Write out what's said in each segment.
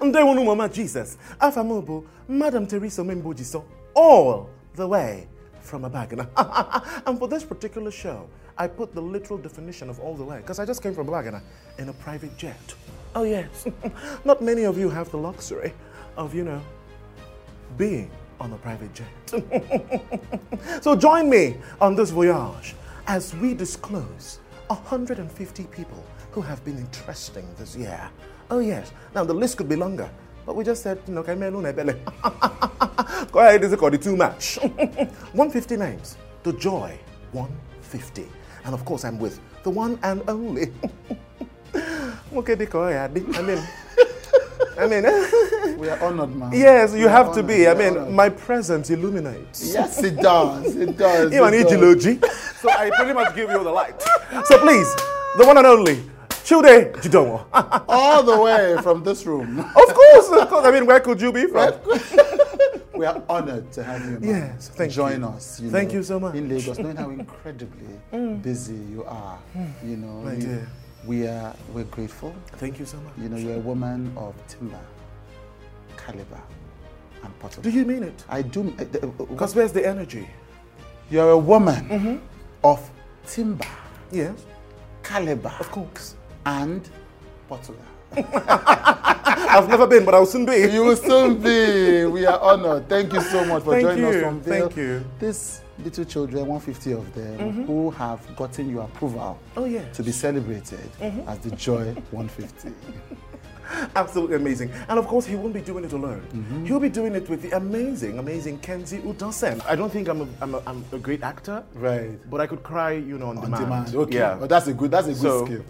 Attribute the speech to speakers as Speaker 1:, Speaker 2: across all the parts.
Speaker 1: Ndewonu Mama Jesus, Afamobo, Madam Teresa Membojiso, all the way from Abagana. and for this particular show, I put the literal definition of all the way because I just came from Abagana in a private jet. Oh yes, not many of you have the luxury of, you know, being on a private jet. so join me on this voyage as we disclose 150 people who have been interesting this year. Oh yes, now the list could be longer, but we just said, you know, Kaimelu Nebele. Go ahead, this is called the too much. 150 names, the joy 150. And of course, I'm with the one and only. Okay, I mean, I mean.
Speaker 2: We are honored, man.
Speaker 1: Yes, you
Speaker 2: We are
Speaker 1: have to
Speaker 2: honored.
Speaker 1: be.
Speaker 2: We
Speaker 1: I
Speaker 2: are
Speaker 1: mean,
Speaker 2: honored.
Speaker 1: my presence illuminates.
Speaker 2: Yes, it does. It does.
Speaker 1: You are an
Speaker 2: it does.
Speaker 1: Ijiloji. So I pretty much give you the light. So please, the one and only, Chude Jidomo. of
Speaker 2: All the way from this room.
Speaker 1: course, of course. I mean, where could you be from?
Speaker 2: We are honored to have you. Man.
Speaker 1: Yes, thank
Speaker 2: Join
Speaker 1: you.
Speaker 2: us.
Speaker 1: Thank you so much.
Speaker 2: In Lagos, knowing how incredibly busy you are, you know,
Speaker 1: My
Speaker 2: you-
Speaker 1: dear.
Speaker 2: we are we're grateful.
Speaker 1: Thank you so much.
Speaker 2: You know, you're a woman of timber, caliber, and potable.
Speaker 1: Do you mean it?
Speaker 2: I do. uh, the- uh, uh,
Speaker 1: Because where's the energy?
Speaker 2: You're a woman
Speaker 1: Mm-hmm.
Speaker 2: of timber,
Speaker 1: Yes,
Speaker 2: caliber,
Speaker 1: of course.
Speaker 2: and potable.
Speaker 1: I've never been, but I'll soon be.
Speaker 2: You will soon be. We are honored. Thank you so much for
Speaker 1: Thank
Speaker 2: joining
Speaker 1: you.
Speaker 2: us from Vail.
Speaker 1: Thank you. Mm-hmm.
Speaker 2: These little children, 150 of them, who have gotten your approval
Speaker 1: Oh, Mm-hmm. yes.
Speaker 2: to be celebrated as the Joy 150.
Speaker 1: Absolutely amazing. And of course, he won't be doing it alone. He'll be doing it with the amazing, amazing Kenzie Udosen. I don't think I'm a, I'm a, I'm a great actor,
Speaker 2: Right.
Speaker 1: but I could cry, you know, on,
Speaker 2: On demand.
Speaker 1: demand.
Speaker 2: Okay.
Speaker 1: Yeah.
Speaker 2: Oh, that's a good. That's a good
Speaker 1: So-
Speaker 2: skill.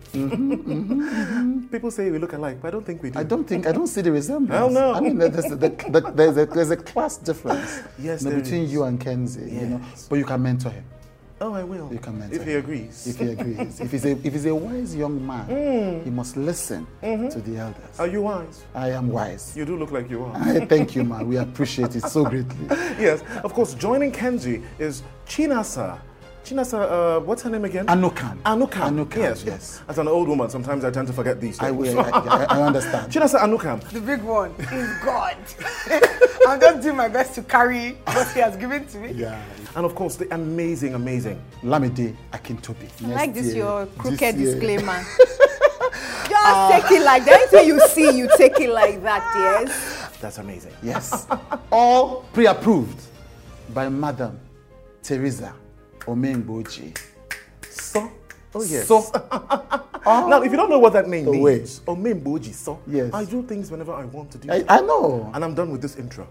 Speaker 1: People say we look alike, but I don't think we do.
Speaker 2: I don't think I don't see the resemblance.
Speaker 1: Hell no.
Speaker 2: I mean, there's, the, the, there's a there's a class difference.
Speaker 1: Yes,
Speaker 2: you know,
Speaker 1: there
Speaker 2: between
Speaker 1: is.
Speaker 2: you and Kenzie. You know,
Speaker 1: Yes.
Speaker 2: but you can mentor him.
Speaker 1: Oh, I will.
Speaker 2: You can mentor
Speaker 1: If he
Speaker 2: him.
Speaker 1: agrees.
Speaker 2: If he agrees, if he's a if he's a wise young man,
Speaker 1: Mm.
Speaker 2: he must listen
Speaker 1: Mm-hmm.
Speaker 2: to the elders.
Speaker 1: Are you wise?
Speaker 2: I am wise.
Speaker 1: You do look like you are.
Speaker 2: I thank you, man. We appreciate it so greatly.
Speaker 1: yes. Of course, joining Kenji is Chinasa. Chinasa, uh, what's her name again?
Speaker 2: Anukam.
Speaker 1: Anukam.
Speaker 2: Anukam,
Speaker 1: Yes.
Speaker 2: yes.
Speaker 1: As an old woman, sometimes I tend to forget these
Speaker 2: I
Speaker 1: things.
Speaker 2: will. I, I, I understand.
Speaker 1: Chinasa Anukam.
Speaker 3: The big one is God. I'm just doing my best to carry what He has given to me.
Speaker 2: Yeah.
Speaker 1: And of course, the amazing, amazing
Speaker 2: Lamide Akintobi.
Speaker 4: I like this your crooked
Speaker 2: year.
Speaker 4: disclaimer. Just take it like that. Anything you see, you take it like that, yes?
Speaker 1: That's amazing.
Speaker 2: Yes. All pre-approved by Madam Teresa Omemboji.
Speaker 1: So. Oh yes.
Speaker 2: So,
Speaker 1: Now, if you don't know what that name
Speaker 2: Oh, wait.
Speaker 1: means, Omemboji so.
Speaker 2: Ah. Yes.
Speaker 1: I do things whenever I want to do.
Speaker 2: I,
Speaker 1: them.
Speaker 2: I know.
Speaker 1: and I'm done with this intro.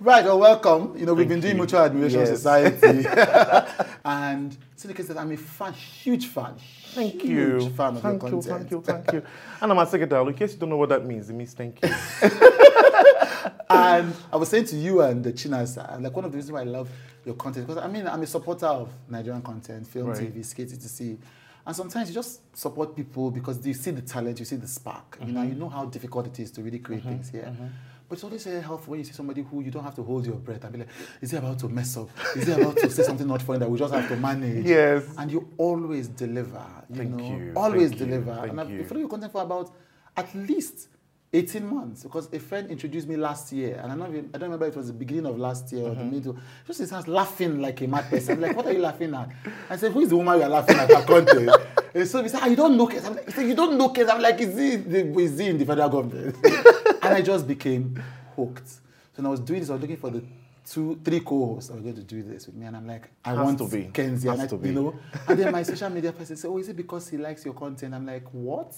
Speaker 2: Right, well, welcome. You know, we've been doing Mutual Admiration
Speaker 1: Yes.
Speaker 2: Society. and Seneca said, I'm a fan, huge fan.
Speaker 1: Thank
Speaker 2: huge
Speaker 1: you.
Speaker 2: fan of
Speaker 1: thank
Speaker 2: your
Speaker 1: you,
Speaker 2: content.
Speaker 1: thank you, thank you. And I'm a secretary. In case you don't know what that means, it means thank you.
Speaker 2: and I was saying to you and the Chinasa, like one of the reasons why I love your content, because I mean, I'm a supporter of Nigerian content, film,
Speaker 1: Right.
Speaker 2: TV, skate, etc. And sometimes you just support people because you see the talent, you see the spark, you know,
Speaker 1: Mm-hmm.
Speaker 2: you know how difficult it is to really create things here. But it's always very helpful when you see somebody who you don't have to hold your breath and be like, is he about to mess up? Is he about to say something not funny that we just have to manage?
Speaker 1: Yes.
Speaker 2: And you always deliver. You
Speaker 1: Thank
Speaker 2: know,
Speaker 1: you,
Speaker 2: Always
Speaker 1: thank you,
Speaker 2: deliver.
Speaker 1: thank
Speaker 2: and I've
Speaker 1: you.
Speaker 2: been following your content for about at least 18 months because a friend introduced me last year and I don't, even, I don't remember if it was the beginning of last year or
Speaker 1: Mm-hmm.
Speaker 2: the middle. Just it starts laughing like a mad person. I'm like, what are you laughing at? I said, who is the woman you're laughing at? Her content. and so he said, ah, you don't know Kes. I'm like, he said, you don't know Kes. I'm like, is he, the, is he in the federal government? and I just became hooked. So when I was doing this, I was looking for the two, three co-hosts that were going to do this with me and I'm like, I
Speaker 1: Has
Speaker 2: want
Speaker 1: to be.
Speaker 2: Kenzie.
Speaker 1: Has
Speaker 2: and I,
Speaker 1: to be.
Speaker 2: You know, and then my social media person said, Oh, is it because he likes your content? I'm like, What?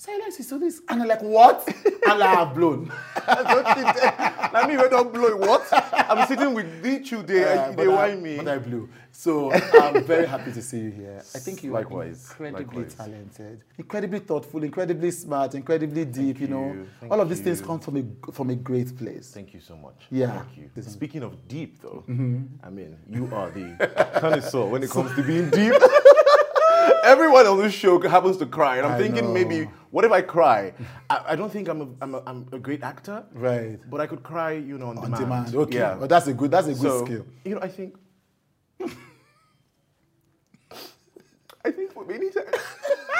Speaker 2: So he likes to do this. And I'm like, What? And I have blown.
Speaker 1: Let me wait up, blow what? I'm sitting with the today.
Speaker 2: Uh, but I- But I blew. So I'm very happy to see you here. I think you
Speaker 1: Likewise,
Speaker 2: are incredibly
Speaker 1: likewise.
Speaker 2: talented, incredibly thoughtful, incredibly smart, incredibly deep. You, know,
Speaker 1: you, thank
Speaker 2: all of these things
Speaker 1: you.
Speaker 2: come from a from a great place.
Speaker 1: Thank you so much.
Speaker 2: Yeah.
Speaker 1: Thank you.
Speaker 2: This-
Speaker 1: Speaking of deep, Mm-hmm. though, I mean, you are the connoisseur when it comes to being deep. Everyone on this show happens to cry, and I'm
Speaker 2: I
Speaker 1: thinking
Speaker 2: know.
Speaker 1: maybe, what if I cry? I, I don't think I'm a, I'm, a, I'm a great actor,
Speaker 2: Right.
Speaker 1: But I could cry, you know, on,
Speaker 2: On demand. Okay.
Speaker 1: Yeah.
Speaker 2: Well, that's a good. That's a good
Speaker 1: so
Speaker 2: skill.
Speaker 1: you know, I think. I think we need to.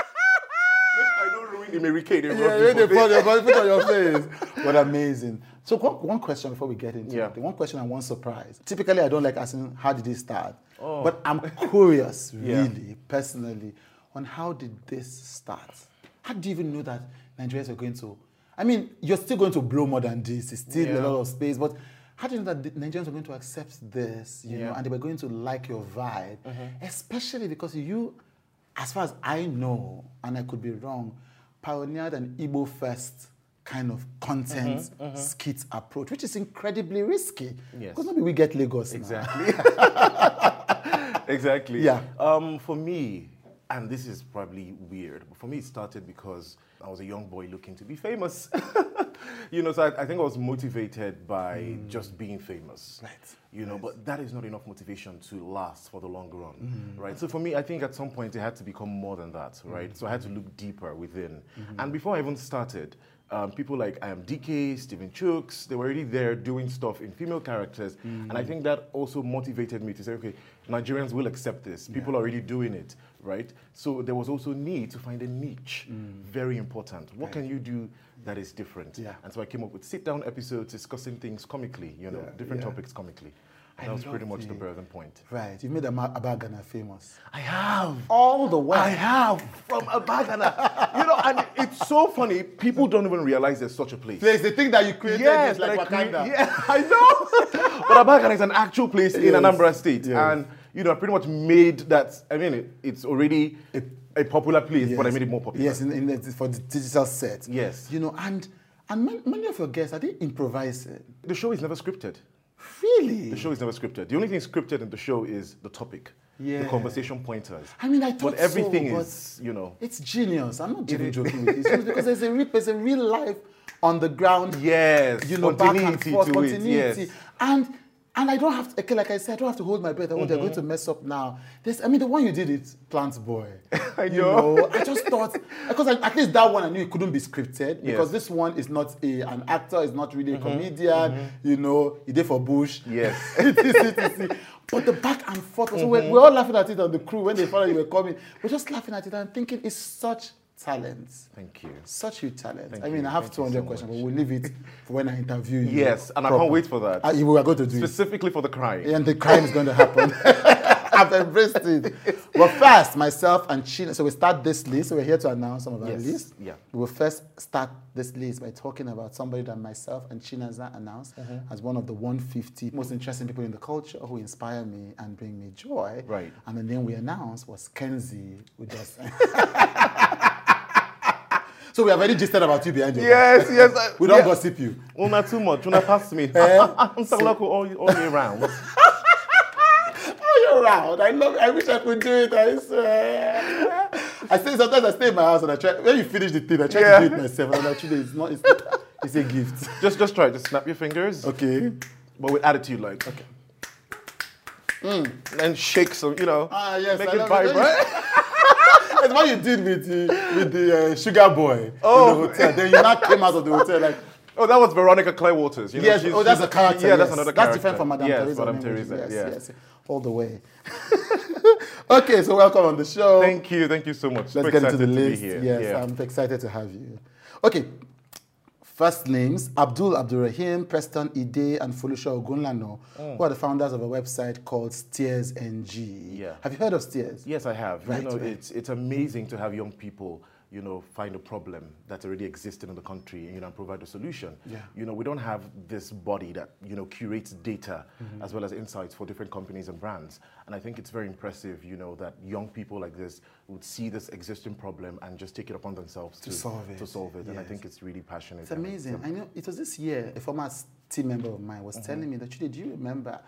Speaker 1: I don't ruin the Mary-Kate in
Speaker 2: Yeah,
Speaker 1: front
Speaker 2: yeah,
Speaker 1: of
Speaker 2: they
Speaker 1: people.
Speaker 2: put, they put it on your face. But amazing. So one, one question before we get into
Speaker 1: Yeah.
Speaker 2: it. One question and one surprise. Typically, I don't like asking how did this start, but I'm curious,
Speaker 1: Yeah.
Speaker 2: really, personally, on how did this start? How do you even know that Nigerians are going to? I mean, you're still going to blow more than this. It's still
Speaker 1: Yeah.
Speaker 2: a lot of space, but. How do you know that the Nigerians are going to accept this, you know,
Speaker 1: Yeah. Mm-hmm.
Speaker 2: and they were going to like your vibe, especially because you as far as I know, and I could be wrong, pioneered an Igbo first kind of content skit approach, which is incredibly risky.
Speaker 1: Mm-hmm, Yes.
Speaker 2: Because maybe we get Lagos
Speaker 1: Exactly. exactly.
Speaker 2: Yeah.
Speaker 1: Um, for me, and this is probably weird, but for me, it started because I was a young boy looking to be famous. you know, so I, I think I was motivated by just being famous. Right. You know, but that is not enough motivation to last for the long run, right? So for me, I think at some point it had to become more than that, right? So I had to look deeper within. And before I even started, um, people like I am DK, Stephen Chooks, they were already there doing stuff in female characters. And
Speaker 2: Mm.
Speaker 1: I think that also motivated me to say, okay, Nigerians will accept this. People are already doing it, right? So there was also need to find a niche. Very important. What can you do that is different?
Speaker 2: Mm. Yeah.
Speaker 1: And so I came up with sit down episodes discussing things comically, you know,
Speaker 2: Yeah,
Speaker 1: different
Speaker 2: yeah.
Speaker 1: topics comically. And
Speaker 2: I
Speaker 1: that was pretty
Speaker 2: love
Speaker 1: much the
Speaker 2: it.
Speaker 1: birthing point.
Speaker 2: now. Right. You made Ama- Abagana famous.
Speaker 1: I have.
Speaker 2: All the way.
Speaker 1: I have from Abagana. you know, and it's so funny. People don't even realize there's such a place.
Speaker 2: Place, the thing that you created
Speaker 1: Yes,
Speaker 2: is like,
Speaker 1: like
Speaker 2: Wakanda.
Speaker 1: we- yeah, I know. but Abagana is an actual place in
Speaker 2: Yes,
Speaker 1: Anambra State,
Speaker 2: yes.
Speaker 1: and you know, I pretty much made that. I mean, it, it's already a, popular place, but I
Speaker 2: Yes.
Speaker 1: made it more popular.
Speaker 2: Yes, in, in the, for the digital set.
Speaker 1: Yes.
Speaker 2: You know, and and man, many of your guests are they improvising?
Speaker 1: The show is never scripted.
Speaker 2: Really?
Speaker 1: The show is never scripted. The only thing scripted in the show is the topic,
Speaker 2: Yeah.
Speaker 1: the conversation pointers.
Speaker 2: I mean, I thought
Speaker 1: but everything
Speaker 2: so, but-
Speaker 1: is, you know.
Speaker 2: It's genius. I'm not even joking with you. It's genius because there's a real, there's a real life on the ground.
Speaker 1: Yes,
Speaker 2: you know, back and
Speaker 1: continuity
Speaker 2: forth,
Speaker 1: to it,
Speaker 2: continuity,
Speaker 1: yes.
Speaker 2: and and I don't have to. okay, Like I said, I don't have to hold my breath. Oh, they're going to mess up now. This, I mean, the one you did it, Plant Boy.
Speaker 1: I
Speaker 2: You
Speaker 1: know.
Speaker 2: I just thought because I, at least that one I knew it couldn't be scripted because
Speaker 1: Yes. Mm-hmm.
Speaker 2: this one is not a an actor, is not really a comedian. You know, he did for Bush.
Speaker 1: Yes. Mm-hmm.
Speaker 2: etc. But the back and forth, also, we're, we're all laughing at it on the crew when they found out you were coming. We're just laughing at it and thinking it's such talent,
Speaker 1: Thank you.
Speaker 2: such huge talent.
Speaker 1: Thank
Speaker 2: I mean,
Speaker 1: you.
Speaker 2: I have
Speaker 1: Thank you
Speaker 2: 200
Speaker 1: so
Speaker 2: questions,
Speaker 1: much.
Speaker 2: but we'll leave it for when I interview you.
Speaker 1: Yes, and I can't wait for that.
Speaker 2: Uh, we are going to do it.
Speaker 1: Specifically for the crying.
Speaker 2: And the crime is going to happen. I've embraced it. Well, first, myself and Chino. So we start this list. So we're here to announce some of our
Speaker 1: Yes,
Speaker 2: lists.
Speaker 1: yeah.
Speaker 2: We will first start this list by talking about somebody that myself and Chinaza announced
Speaker 1: Mm-hmm.
Speaker 2: as one of the 150 most interesting people in the culture who inspire me and bring me joy.
Speaker 1: Right.
Speaker 2: And the name we announced was Kenzie Udosa. so we have already gisted about you behind your back.
Speaker 1: Yes, yes. I-
Speaker 2: We don't
Speaker 1: yeah.
Speaker 2: gossip you.
Speaker 1: Well, not too much. Una pass me.
Speaker 2: Eh?
Speaker 1: I'm talking local all, all year round.
Speaker 2: all year round. I love. I wish I could do it. I swear. I say sometimes I stay in my house and I try. When you finish the thing, I try
Speaker 1: Yeah.
Speaker 2: to do it myself. And I'm like, "Chidi, it's not. It's, not, it's a gift.
Speaker 1: just, just try. Just snap your fingers,
Speaker 2: Okay.
Speaker 1: but with attitude, like. Okay. Mm. And shake some, you know,
Speaker 2: Ah, yes,
Speaker 1: make
Speaker 2: I
Speaker 1: it
Speaker 2: love it.
Speaker 1: vibrate.
Speaker 2: That's what you did with the with the uh, sugar boy in
Speaker 1: Oh.
Speaker 2: the hotel. Then you now came out of the hotel like.
Speaker 1: Oh, that was Veronica Clay Waters. You know,
Speaker 2: yes,
Speaker 1: she's-
Speaker 2: oh, that's
Speaker 1: she's-
Speaker 2: a character.
Speaker 1: Yeah,
Speaker 2: yes.
Speaker 1: that's another character.
Speaker 2: That's different from Madame
Speaker 1: yes,
Speaker 2: Teresa.
Speaker 1: Madame
Speaker 2: Maybe we should-
Speaker 1: Teresa.
Speaker 2: Yes,
Speaker 1: yeah.
Speaker 2: yes, all the way. okay, so welcome on the show.
Speaker 1: Thank you, thank you so much.
Speaker 2: Let's
Speaker 1: so
Speaker 2: get into
Speaker 1: excited
Speaker 2: the
Speaker 1: to be
Speaker 2: list.
Speaker 1: here.
Speaker 2: Yes,
Speaker 1: yeah.
Speaker 2: I'm excited to have you. Okay. First names Abdul Abdurrahim, Preston Ide, and Folusha Ogunlano,
Speaker 1: Oh.
Speaker 2: who are the founders of a website called Steers NG.
Speaker 1: Yeah.
Speaker 2: Have you heard of Steers?
Speaker 1: Yes, I have.
Speaker 2: Right,
Speaker 1: you know,
Speaker 2: right.
Speaker 1: it's it's amazing to have young people, you know, find a problem that's already existing in the country, you know, and provide a solution.
Speaker 2: Yeah.
Speaker 1: You know, we don't have this body that you know curates data
Speaker 2: Mm-hmm.
Speaker 1: as well as insights for different companies and brands. And I think it's very impressive, you know, that young people like this would see this existing problem and just take it upon themselves to,
Speaker 2: solve it,
Speaker 1: To solve it, and I
Speaker 2: yes.
Speaker 1: think it's really passionate.
Speaker 2: It's amazing. I know it was this year a former s- team member of mine was
Speaker 1: Uh-huh.
Speaker 2: telling me that, Chidi, do you remember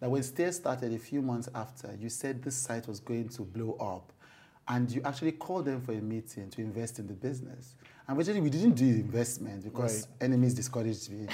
Speaker 2: that when Steers started a few months after, you said this site was going to blow up and you actually called them for a meeting to invest in the business. And originally we didn't do the investment because enemies discouraged me.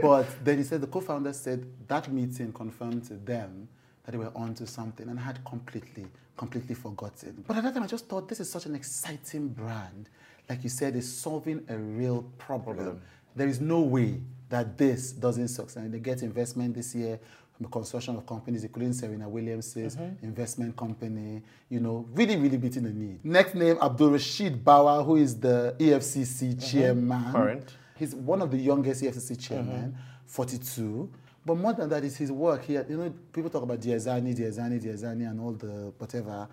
Speaker 2: but then he said the co-founder said that meeting confirmed to them that they were onto something and I had completely, completely forgotten. But at that time, I just thought this is such an exciting brand. Like you said, it's solving a real problem. There is no way that this doesn't succeed. And they get investment this year from a consortium of companies, including Serena Williams's investment company, you know, really, really beating the need. Next name, Abdul Rashid Bauer, who is the E EFCC chairman.
Speaker 1: Current.
Speaker 2: He's one of the youngest E EFCC chairmen, 42. But more than that is his work. He, had- you know, people talk about Diazani, Diazani, Diazani, and all the whatever.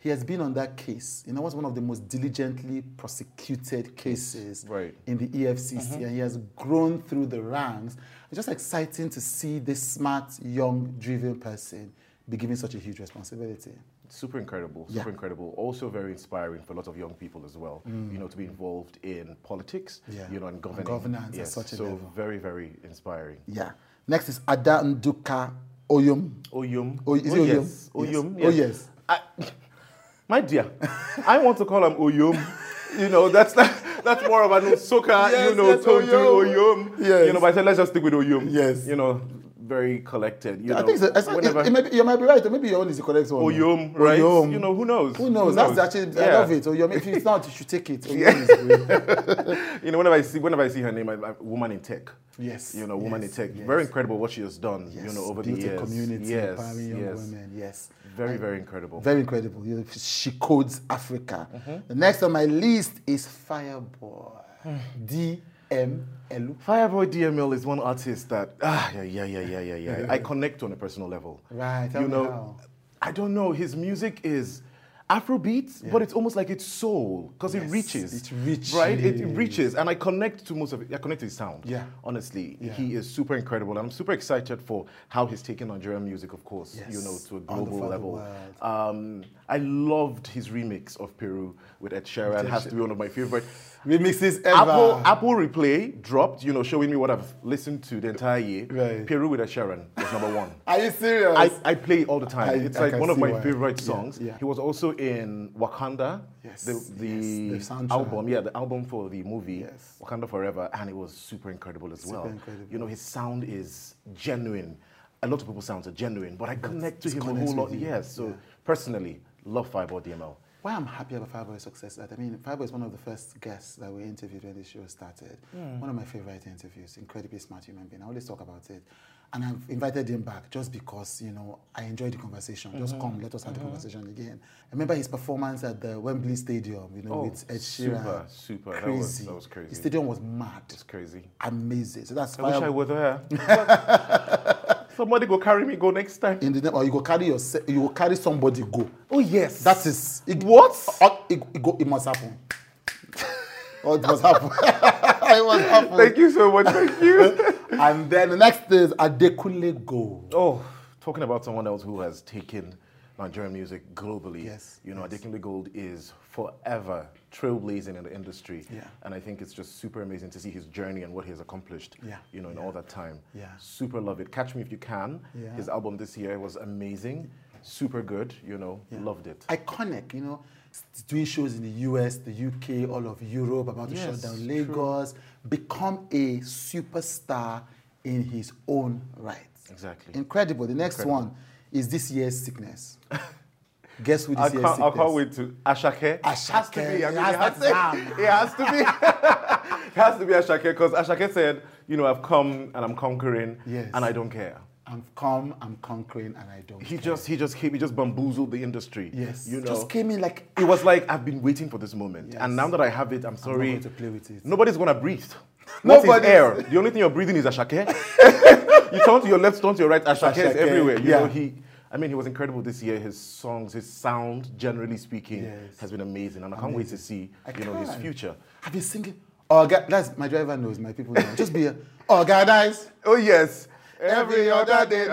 Speaker 2: He has been on that case. You know, it was one of the most diligently prosecuted cases
Speaker 1: Right. Mm-hmm.
Speaker 2: in the E EFCC, and he has grown through the ranks. It's just exciting to see this smart, young, driven person be given such a huge responsibility.
Speaker 1: Super incredible,
Speaker 2: Yeah.
Speaker 1: super incredible. Also very inspiring for a lot of young people as well. You know, to be involved in politics,
Speaker 2: Mm. Yeah.
Speaker 1: you know, and
Speaker 2: And
Speaker 1: governing.
Speaker 2: governance at
Speaker 1: yes.
Speaker 2: such a
Speaker 1: so
Speaker 2: level.
Speaker 1: very, very inspiring.
Speaker 2: Yeah. Next is Ada Nduka Oyum.
Speaker 1: Oyum.
Speaker 2: Oh, is it Oyum?
Speaker 1: yes.
Speaker 2: Yes.
Speaker 1: Oyum.
Speaker 2: Oh, yes.
Speaker 1: I, my dear, I want to call him Oyum. You know, that's that's more of an Osoka,
Speaker 2: Yes,
Speaker 1: you know,
Speaker 2: yes,
Speaker 1: Tontu
Speaker 2: Oyum.
Speaker 1: Oyum.
Speaker 2: Yes.
Speaker 1: You know, but I said, let's just stick with Oyum.
Speaker 2: Yes.
Speaker 1: You know, very collected. You
Speaker 2: I
Speaker 1: know,
Speaker 2: think so. It's- it-
Speaker 1: whenever-
Speaker 2: it may be- you might be right. Maybe your own is the correct one.
Speaker 1: Oyum, right?
Speaker 2: Oyum.
Speaker 1: You know, who knows?
Speaker 2: Who knows? That's actually, I love it. Oyum. If it's not, you should take it. Oyum is great.
Speaker 1: You know, whenever I see whenever I see her name, I, I, woman in tech.
Speaker 2: Yes,
Speaker 1: You know, woman
Speaker 2: yes,
Speaker 1: in tech.
Speaker 2: yes.
Speaker 1: Very incredible what she has done. you know, over the
Speaker 2: Built a
Speaker 1: years.
Speaker 2: community,
Speaker 1: yes,
Speaker 2: empowering young
Speaker 1: yes.
Speaker 2: women. Yes.
Speaker 1: Very, very incredible.
Speaker 2: Very incredible. You know, she codes Africa. The next on my list is Fireboy. DMLU.
Speaker 1: Fireboy DML is one artist that ah yeah yeah yeah yeah yeah yeah I connect on a personal level.
Speaker 2: Right, tell
Speaker 1: You
Speaker 2: me
Speaker 1: know,
Speaker 2: how.
Speaker 1: I don't know. His music is Afrobeat, but it's almost like it's soul because it reaches.
Speaker 2: it reaches.
Speaker 1: Right, it, it reaches, and I connect to most of it. I connect to his sound.
Speaker 2: Yeah.
Speaker 1: honestly,
Speaker 2: Yeah.
Speaker 1: he is super incredible, and I'm super excited for how he's taken Nigerian music, of course. You
Speaker 2: Yes,
Speaker 1: know, to a
Speaker 2: all over
Speaker 1: global
Speaker 2: the
Speaker 1: level.
Speaker 2: world.
Speaker 1: Um, I loved his remix of Peru with Ed Sheeran. Has to be one of my favorite.
Speaker 2: Remixes ever.
Speaker 1: Apple Apple Replay dropped, you know, showing me what I've listened to the entire year.
Speaker 2: Right.
Speaker 1: Peru with a Sharon was number one.
Speaker 2: Are you serious?
Speaker 1: I, I play it all the time.
Speaker 2: I-
Speaker 1: it's
Speaker 2: I
Speaker 1: like
Speaker 2: can
Speaker 1: one of
Speaker 2: see
Speaker 1: my
Speaker 2: why.
Speaker 1: favorite
Speaker 2: Yeah,
Speaker 1: songs.
Speaker 2: yeah.
Speaker 1: He was also in Wakanda,
Speaker 2: Yes,
Speaker 1: the, the,
Speaker 2: yes, the soundtrack.
Speaker 1: album, yeah, the album for the movie
Speaker 2: Yes.
Speaker 1: Wakanda Forever, and it was super incredible as well.
Speaker 2: incredible.
Speaker 1: You know, his sound is genuine. A lot of people's sounds are genuine, but I connect to
Speaker 2: it
Speaker 1: him a
Speaker 2: connects
Speaker 1: whole lot.
Speaker 2: with you.
Speaker 1: Yes, so personally, love Fireball DML.
Speaker 2: Why I'm happy about Fireboy's success is that I mean, Fireboy is one of the first guests that we interviewed when this show started.
Speaker 1: Hmm.
Speaker 2: One of my favorite interviews, incredibly smart human being. I always talk about it. And I've invited him back just because, you know, I enjoyed the conversation.
Speaker 1: Mm-hmm.
Speaker 2: Just come, let us have the conversation again. I remember his performance at the Wembley Stadium, you know,
Speaker 1: Oh,
Speaker 2: with Ed
Speaker 1: super,
Speaker 2: Sheeran.
Speaker 1: super. That was- that was crazy.
Speaker 2: The stadium was mad.
Speaker 1: It's crazy.
Speaker 2: Amazing. So that's
Speaker 1: I wish I
Speaker 2: Fireboy.
Speaker 1: were there. Somebody go carry me go next time.
Speaker 2: In the name, or you go carry your, you go carry somebody go.
Speaker 1: Oh yes.
Speaker 2: That is it,
Speaker 1: What?
Speaker 2: Uh, It, it, go, it must happen. oh, it must happen. it must happen.
Speaker 1: Thank you so much. Thank you.
Speaker 2: And then the next is Adekunle Gold.
Speaker 1: oh, talking about someone else who has taken Nigerian music globally.
Speaker 2: Yes,
Speaker 1: You know, Adekunle Gold is forever trailblazing in the industry.
Speaker 2: Yeah.
Speaker 1: And I think it's just super amazing to see his journey and what he has accomplished.
Speaker 2: Yeah,
Speaker 1: You know, in all that time.
Speaker 2: Yeah.
Speaker 1: Super love it. Catch Me If You Can.
Speaker 2: Yeah.
Speaker 1: His album this year was amazing. Super good. You know, loved it.
Speaker 2: Iconic, you know, s- doing shows in the US, the UK, all of Europe, about to shut
Speaker 1: Yes,
Speaker 2: down
Speaker 1: true.
Speaker 2: Lagos, become a superstar in his own right.
Speaker 1: Exactly.
Speaker 2: Incredible. The next one is this year's sickness. Guess who this
Speaker 1: I can't,
Speaker 2: year's sickness?
Speaker 1: I can't wait to Ashake.
Speaker 2: Ashake,
Speaker 1: Has to be. I mean,
Speaker 2: it
Speaker 1: it
Speaker 2: has
Speaker 1: has
Speaker 2: to
Speaker 1: to be. It has to be. It has to be Ashake because Ashake said, you know, I've come and I'm conquering,
Speaker 2: Yes.
Speaker 1: and I don't care.
Speaker 2: I'm calm, I'm conquering, and I don't
Speaker 1: He
Speaker 2: care.
Speaker 1: just, he just came, he just bamboozled the industry.
Speaker 2: Yes.
Speaker 1: you know.
Speaker 2: Just came in like
Speaker 1: it was like I've been waiting for this moment,
Speaker 2: Yes.
Speaker 1: and now that I have it, I'm sorry.
Speaker 2: going to play with it.
Speaker 1: Nobody's gonna breathe. Nobody's
Speaker 2: Nobody's-
Speaker 1: air. The only thing you're breathing is Ashake. you turn to your left, turn to your right. Ashake,
Speaker 2: Ashake,
Speaker 1: is everywhere. You
Speaker 2: yeah.
Speaker 1: know, he. I mean, he was incredible this year. His songs, his sound, generally speaking,
Speaker 2: Yes.
Speaker 1: has been amazing, and I can't wait to see,
Speaker 2: I
Speaker 1: you know, his
Speaker 2: can't.
Speaker 1: future.
Speaker 2: I've been singing. Oh, God, that's my driver knows, my people know. Just be a organize.
Speaker 1: Oh yes,
Speaker 2: I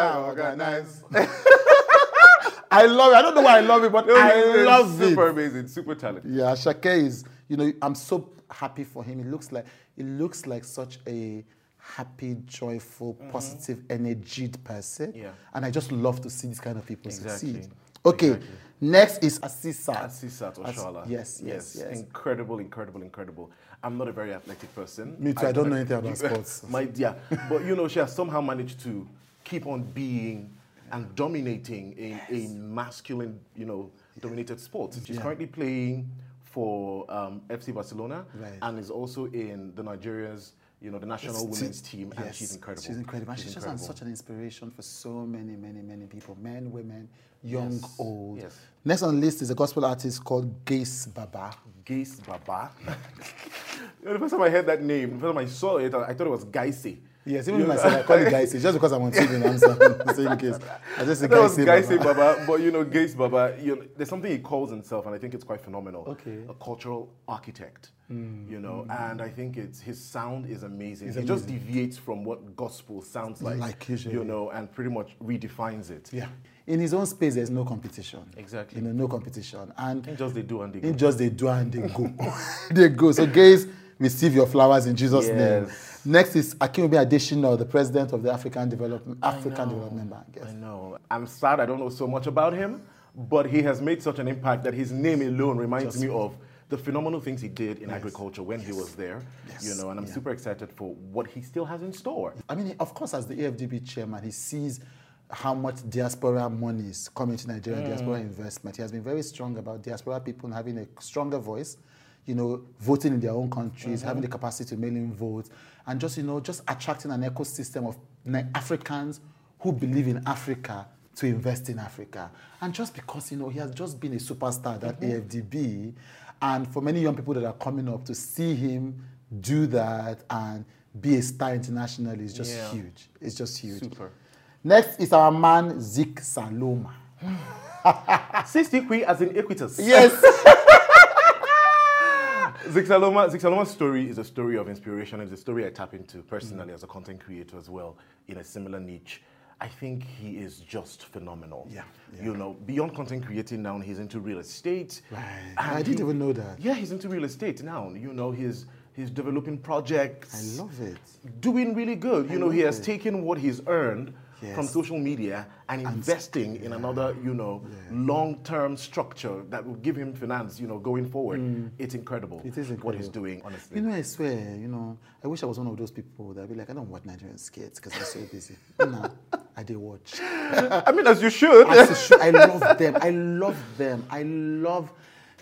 Speaker 2: love it. I don't know why I love it, but I love
Speaker 1: super Super
Speaker 2: it.
Speaker 1: amazing, super talented.
Speaker 2: Yeah, Shake is, you know, I'm so happy for him. It looks like it looks like such a happy, joyful, positive, energied person.
Speaker 1: Yeah.
Speaker 2: And I just love to see these kind of people
Speaker 1: Exactly.
Speaker 2: succeed. Okay. Next is Asisa.
Speaker 1: Asisat
Speaker 2: As-
Speaker 1: Oshala.
Speaker 2: Yes, yes, yes.
Speaker 1: Incredible, incredible, incredible. I'm not a very athletic person.
Speaker 2: Me too, I don't know anything about sports.
Speaker 1: My dear. But you know, she has somehow managed to keep on being and dominating in a masculine, you know, dominated sport. She's
Speaker 2: Yeah.
Speaker 1: currently playing for um, FC Barcelona
Speaker 2: Right.
Speaker 1: and is also in the Nigeria's, you know, the national
Speaker 2: It's-
Speaker 1: women's team, and
Speaker 2: yes,
Speaker 1: she's incredible.
Speaker 2: She's incredible. And she's, just an-
Speaker 1: incredible.
Speaker 2: such an inspiration for so many, many, many people men, women, young,
Speaker 1: Yes,
Speaker 2: old.
Speaker 1: yes.
Speaker 2: Next on the list is a gospel artist called Gace Baba.
Speaker 1: Gace Baba. You know, the first time I heard that name, the first time I saw it, I I thought it was Gaise.
Speaker 2: Yes, even myself, I call it Gace just because I'm on TV now. so it's in case. I just say
Speaker 1: That was
Speaker 2: Gace
Speaker 1: Gaise
Speaker 2: Baba.
Speaker 1: Baba, but you know, Gaise Baba, you know, there's something he calls himself, and I think it's quite phenomenal.
Speaker 2: Okay. Hmm.
Speaker 1: A cultural architect, you know, and I think it's his sound is amazing. It just deviates from what gospel sounds like,
Speaker 2: Like usually.
Speaker 1: you know, and pretty much redefines it.
Speaker 2: Yeah. In his own space, there's no competition.
Speaker 1: Exactly.
Speaker 2: You know, no competition. And
Speaker 1: And just they do and they
Speaker 2: in
Speaker 1: go.
Speaker 2: just they do and they go. they go. So gays, receive your flowers in Jesus'
Speaker 1: Yes.
Speaker 2: name. Next is Akinobi Adeshina, the president of the African Development African Development Bank. Yes.
Speaker 1: I know. I'm sad I don't know so much about him, but he has made such an impact that his name alone reminds me of the phenomenal things he did in agriculture when he was there, you know, and I'm super excited for what he still has in store.
Speaker 2: I mean, of course, as the AFDB chairman, he sees how much diaspora money is coming to Nigeria, diaspora investment. He has been very strong about diaspora people having a stronger voice, you know, voting in their own countries, having the capacity to mail in votes, and just, you know, just attracting an ecosystem of Ni- Africans who believe in Africa to invest in Africa. And just because, you know, he has just been a superstar, that
Speaker 1: Mm-hmm.
Speaker 2: AFDB, and for many young people that are coming up to see him do that and be a star internationally is just
Speaker 1: Yeah.
Speaker 2: huge. It's just huge.
Speaker 1: Super.
Speaker 2: Next is our man, Zik Saloma.
Speaker 1: Sisti Qui as in Equitas.
Speaker 2: Yes.
Speaker 1: Zik Saloma, Zik Saloma's story is a story of inspiration. It's a story I tap into
Speaker 2: Mm-hmm.
Speaker 1: personally as a content creator as well in a similar niche. I think he is just phenomenal.
Speaker 2: Yeah,
Speaker 1: You know, beyond content creating now, he's into real estate.
Speaker 2: Right.
Speaker 1: And
Speaker 2: I didn't even know that.
Speaker 1: Yeah, he's into real estate now. You know, he's he's developing projects.
Speaker 2: I love it.
Speaker 1: Doing really good. You know, he has taken what he's earned from
Speaker 2: Yes.
Speaker 1: social media and investing in another, you know, long-term structure that will give him finance, you know, going forward. It's incredible.
Speaker 2: Mm. It is
Speaker 1: what he's
Speaker 2: incredible.
Speaker 1: doing, honestly.
Speaker 2: You know, I swear, you know, I wish I was one of those people that be like, I don't watch Nigerian skits because I'm so busy. no, I did watch.
Speaker 1: I mean, as you should.
Speaker 2: As it should. I love them. I love them. I love.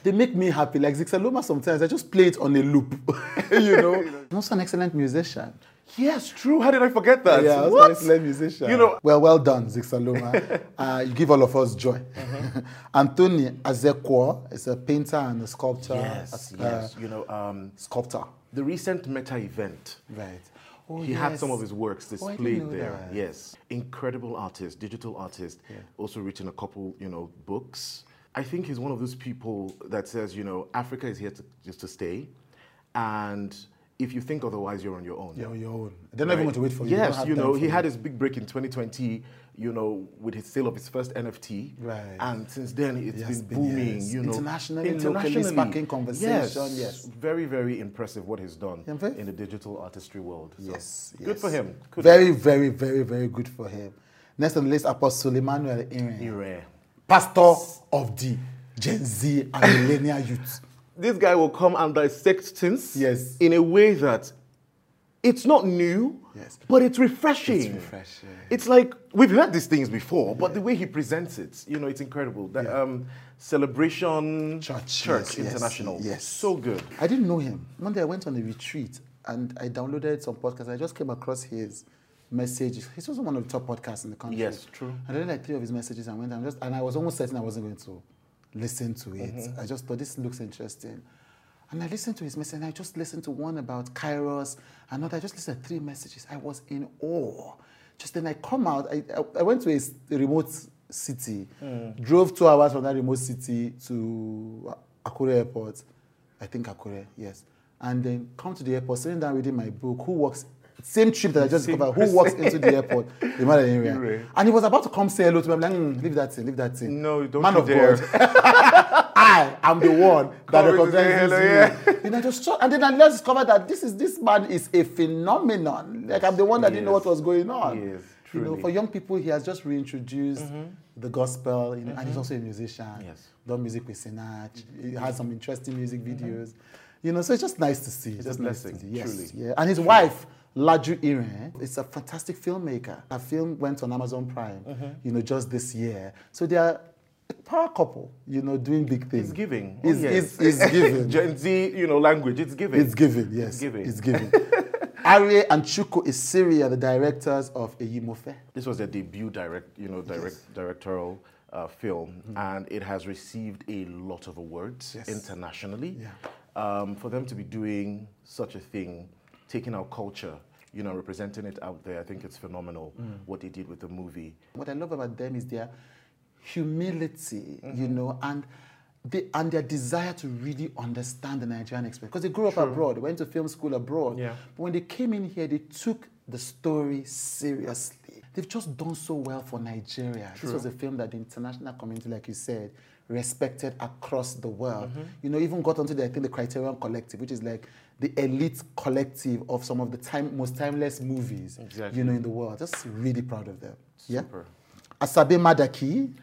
Speaker 2: They make me happy. Like Zixaloma, sometimes I just play it on a loop. you know, he's also an excellent musician.
Speaker 1: Yes, true. How did I forget that?
Speaker 2: yeah, also
Speaker 1: what?
Speaker 2: an excellent musician.
Speaker 1: You know-
Speaker 2: well, well done, Zixaloma. uh, you give all of us joy.
Speaker 1: Uh-huh.
Speaker 2: Anthony Azekwo is a painter and a sculptor.
Speaker 1: Yes,
Speaker 2: uh,
Speaker 1: yes. You know, um,
Speaker 2: sculptor.
Speaker 1: the recent Meta event.
Speaker 2: Right. Oh,
Speaker 1: he had some of his works
Speaker 2: Oh, I didn't
Speaker 1: displayed
Speaker 2: know
Speaker 1: there.
Speaker 2: that.
Speaker 1: Yes, incredible artist, digital artist. Also written a couple, you know, books. I think he's one of those people that says, you know, Africa is here to, just to stay, and if you think otherwise, you're on your own.
Speaker 2: You're on your own. They're not even going to wait for you. They don't
Speaker 1: Yes,
Speaker 2: have
Speaker 1: you
Speaker 2: time
Speaker 1: know,
Speaker 2: for
Speaker 1: he
Speaker 2: you.
Speaker 1: had his big break in 2020, you know, with his sale of his first NFT.
Speaker 2: Right.
Speaker 1: And since then, it's
Speaker 2: Yes,
Speaker 1: been
Speaker 2: been-
Speaker 1: booming,
Speaker 2: yes.
Speaker 1: you know.
Speaker 2: Internationally, locally, sparking conversation, yes.
Speaker 1: Very, very impressive what he's done
Speaker 2: Yeah, very-
Speaker 1: in the digital artistry world. So,
Speaker 2: Yes,
Speaker 1: Good for
Speaker 2: yes.
Speaker 1: him. Good
Speaker 2: Very, very, very, very good for him. Next on the list, Apostle Emmanuel Irin,
Speaker 1: rare.
Speaker 2: pastor of the Gen Z and millennial youth.
Speaker 1: This guy will come and dissect things
Speaker 2: Yes.
Speaker 1: in a way that it's not new,
Speaker 2: Yes.
Speaker 1: but it's refreshing.
Speaker 2: It's refreshing.
Speaker 1: It's like we've heard these things before, but the way he presents it, you know, it's incredible. That um, celebration
Speaker 2: Church, yes, yes,
Speaker 1: international,
Speaker 2: yes.
Speaker 1: so good.
Speaker 2: I didn't know him. One day I went on a retreat and I downloaded some podcasts. I just came across his messages. He's also one of the top podcasts in the country.
Speaker 1: Yes, true.
Speaker 2: Mm-hmm. And I read like three of his messages and went and just and I was almost certain I wasn't going to listen to it. I just thought this looks interesting. And I listened to his message and I just listened to one about Kairos, another. I just listened to three messages. I was in awe. Just then I come out, I, I- I went to a s- a remote city, drove two hours from that remote city to Akure Airport. I think Akure, yes. And then come to the airport, sitting down reading my book, who walks, same trip that I just
Speaker 1: Same
Speaker 2: discovered, who walks into the airport, the man in area.
Speaker 1: Right.
Speaker 2: And he was about to come say hello to me. I'm like, "Mm, leave that thing, leave that thing.
Speaker 1: No, don't
Speaker 2: Man
Speaker 1: you
Speaker 2: of
Speaker 1: dare.
Speaker 2: God. I am the one that
Speaker 1: Come in to say
Speaker 2: recognizes
Speaker 1: hello,
Speaker 2: you.
Speaker 1: yeah.
Speaker 2: Then I just saw, and then I just discovered that this is this man is a phenomenon. Like I'm the one that didn't know
Speaker 1: Yes.
Speaker 2: what was going on.
Speaker 1: He is,
Speaker 2: You
Speaker 1: truly. Mm-hmm.
Speaker 2: know, for young people, he has just reintroduced the gospel, you know, and he's also a musician.
Speaker 1: Yes. Mm-hmm.
Speaker 2: Done music with Sinach. He has some interesting music videos. You know, so it's just nice to see. It's
Speaker 1: a
Speaker 2: just nice to
Speaker 1: blessing,
Speaker 2: see. Yes.
Speaker 1: truly.
Speaker 2: Yeah. And his wife, Laju Irin is a fantastic filmmaker. Her film went on Amazon Prime,
Speaker 1: Mm-hmm.
Speaker 2: you know, just this year. So they are a power couple, you know, doing big things.
Speaker 1: It's giving. Oh,
Speaker 2: It's, it's, it's giving.
Speaker 1: Gen Z, you know, language. It's giving.
Speaker 2: It's given, yes.
Speaker 1: giving.
Speaker 2: It's given. Arie and Chuku Isiria, the directors of Eyimofe.
Speaker 1: This was their debut direct, you know, direct directorial uh, film, and it has received a lot of awards
Speaker 2: Mm-hmm. Yes.
Speaker 1: internationally.
Speaker 2: Yeah.
Speaker 1: Um, for them to be doing such a thing, taking our culture, you know, representing it out there, I think it's phenomenal
Speaker 2: Mm.
Speaker 1: what they did with the movie.
Speaker 2: What I love about them is their humility, you know, and they, and their desire to really understand the Nigerian experience. Because they grew up abroad, they went to film school abroad.
Speaker 1: Yeah.
Speaker 2: But when they came in here, they took the story seriously. They've just done so well for Nigeria. This was a film that the international community, like you said, respected across the world.
Speaker 1: Mm-hmm.
Speaker 2: You know, even got onto the, I think, the Criterion Collective, which is like the elite collective of some of the time, most timeless movies,
Speaker 1: Exactly.
Speaker 2: you know, in the world. Just really proud of them.
Speaker 1: Super.
Speaker 2: Yeah? Asabe Madaki.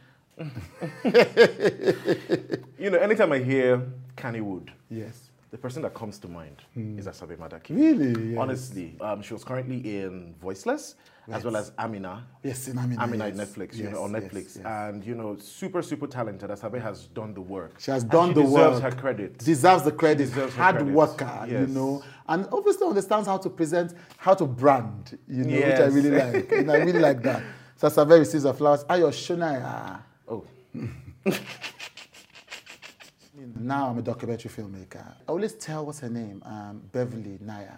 Speaker 1: You know, anytime I hear Kennywood,
Speaker 2: Yes.
Speaker 1: the person that comes to mind is Asabe Madaki.
Speaker 2: Mm. Really? Yes.
Speaker 1: Honestly, um, she was currently in Voiceless, as well as Amina.
Speaker 2: Yes, in Amina,
Speaker 1: Amina
Speaker 2: yes.
Speaker 1: in Netflix, you
Speaker 2: Yes,
Speaker 1: know, on
Speaker 2: yes,
Speaker 1: Netflix, Uh,
Speaker 2: yes.
Speaker 1: and you know, super, super talented. Asabe has done the work.
Speaker 2: She has
Speaker 1: And
Speaker 2: done the
Speaker 1: deserves
Speaker 2: work.
Speaker 1: her credit.
Speaker 2: Deserves the credit.
Speaker 1: Deserves her
Speaker 2: Hard
Speaker 1: credit.
Speaker 2: worker, you
Speaker 1: Yes.
Speaker 2: know. And obviously understands how to present, how to brand, you know, which I
Speaker 1: Yes.
Speaker 2: really like. and I really like that. Sasave receives her flowers. Ayo Shonaya.
Speaker 1: oh,
Speaker 2: Now I'm a documentary filmmaker. I always tell what's her name, um, Beverly Naya,